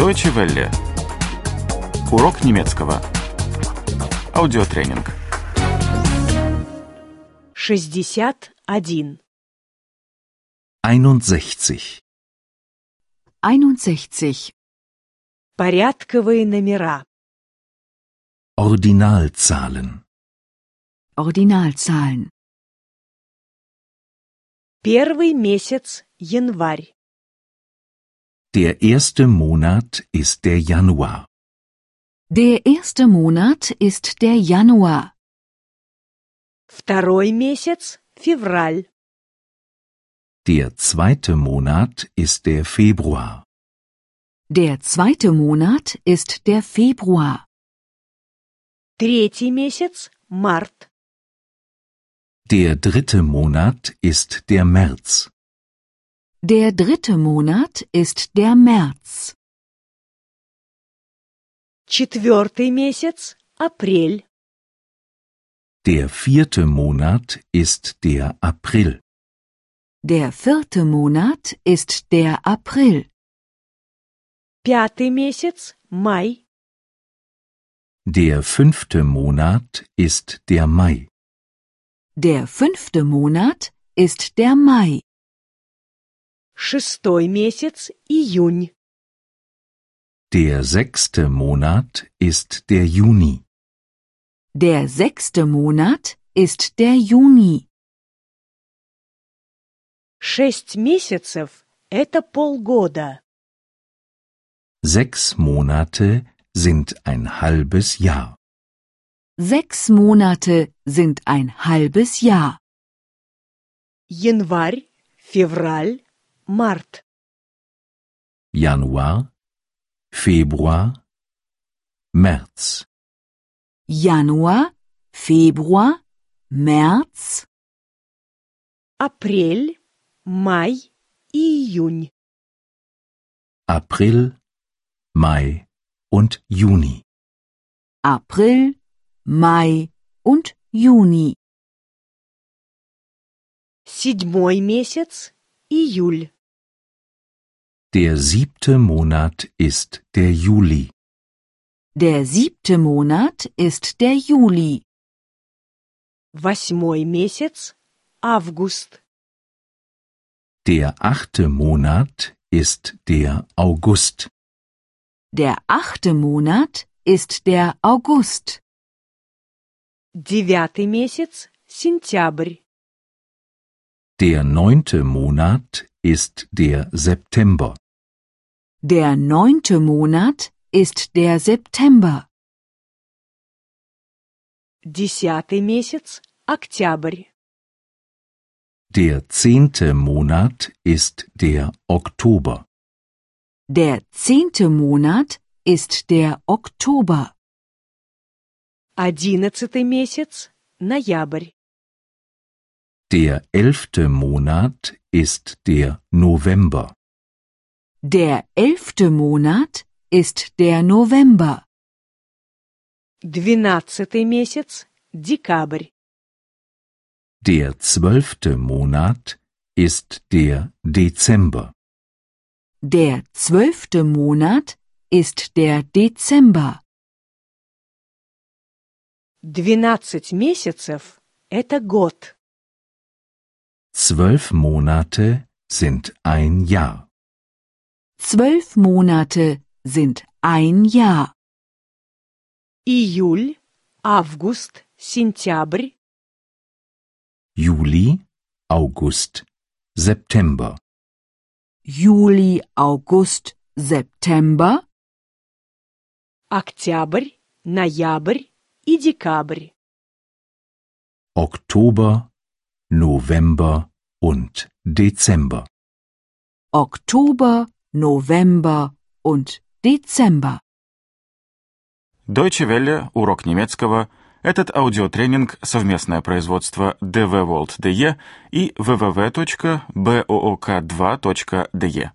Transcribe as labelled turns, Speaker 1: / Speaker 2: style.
Speaker 1: Deutsche Welle. Урок немецкого. Аудиотренинг.
Speaker 2: 61.
Speaker 3: 61.
Speaker 4: 61.
Speaker 2: Порядковые номера.
Speaker 3: Ordinalzahlen.
Speaker 4: Ordinalzahlen.
Speaker 2: Первый месяц январь.
Speaker 3: Der erste Monat ist der Januar.
Speaker 4: Der erste Monat ist der Januar.
Speaker 2: Второй месяц февраль.
Speaker 3: Der zweite Monat ist der Februar.
Speaker 4: Der zweite Monat ist der Februar.
Speaker 2: Третий месяц март.
Speaker 3: Der dritte Monat ist der März.
Speaker 4: Der dritte Monat ist der März.
Speaker 2: Четвертый месяц апрель.
Speaker 3: Der vierte Monat ist der April.
Speaker 4: Der vierte Monat ist der April.
Speaker 2: Пятый месяц май.
Speaker 3: Der fünfte Monat ist der Mai.
Speaker 4: Der fünfte Monat ist der Mai.
Speaker 2: Шестой месяц июнь.
Speaker 3: Der sechste Monat ist der Juni.
Speaker 4: Der sechste Monat ist der Juni.
Speaker 2: Шесть месяцев – это полгода.
Speaker 3: Sechs Monate sind ein halbes Jahr.
Speaker 4: Sechs Monate sind ein halbes Jahr.
Speaker 2: Январь, февраль, март.
Speaker 3: Januar, Februar, März.
Speaker 4: Januar, Februar, März,
Speaker 2: Апрель, май и июнь.
Speaker 3: April, Mai und Juni.
Speaker 4: April, Mai und Juni.
Speaker 2: Седьмой месяц – июль.
Speaker 3: Der siebte Monat ist der Juli.
Speaker 4: Der siebte Monat ist der Juli.
Speaker 2: Восьмой месяц – август.
Speaker 3: Der achte Monat ist der August.
Speaker 4: Der achte Monat ist der August.
Speaker 2: Девятый месяц – сентябрь.
Speaker 3: Der neunte Monat ist der September.
Speaker 4: Der neunte Monat ist der September.
Speaker 2: Десятый месяц – октябрь.
Speaker 3: Der zehnte Monat ist der Oktober.
Speaker 4: Der zehnte Monat ist der Oktober.
Speaker 2: Одиннадцатый месяц – ноябрь.
Speaker 3: Der elfte Monat ist der November.
Speaker 4: Der elfte Monat ist der November.
Speaker 2: Двенадцатый месяц – декабрь.
Speaker 3: Der zwölfte Monat ist der Dezember.
Speaker 4: Der zwölfte Monat ist der Dezember.
Speaker 2: Двенадцать месяцев – это год.
Speaker 3: Zwölf Monate sind ein Jahr.
Speaker 4: Zwölf Monate sind ein Jahr.
Speaker 2: Июль, август, сентябрь,
Speaker 3: Juli, August, September.
Speaker 4: Juli, August, September,
Speaker 2: октябрь, ноябрь и декабрь.
Speaker 3: Oktober, November und Dezember.
Speaker 4: Oktober, November und Dezember.
Speaker 1: Deutsche Welle. Урок немецкого. Этот аудиотренинг – совместное производство DW World DE и www.book2.de.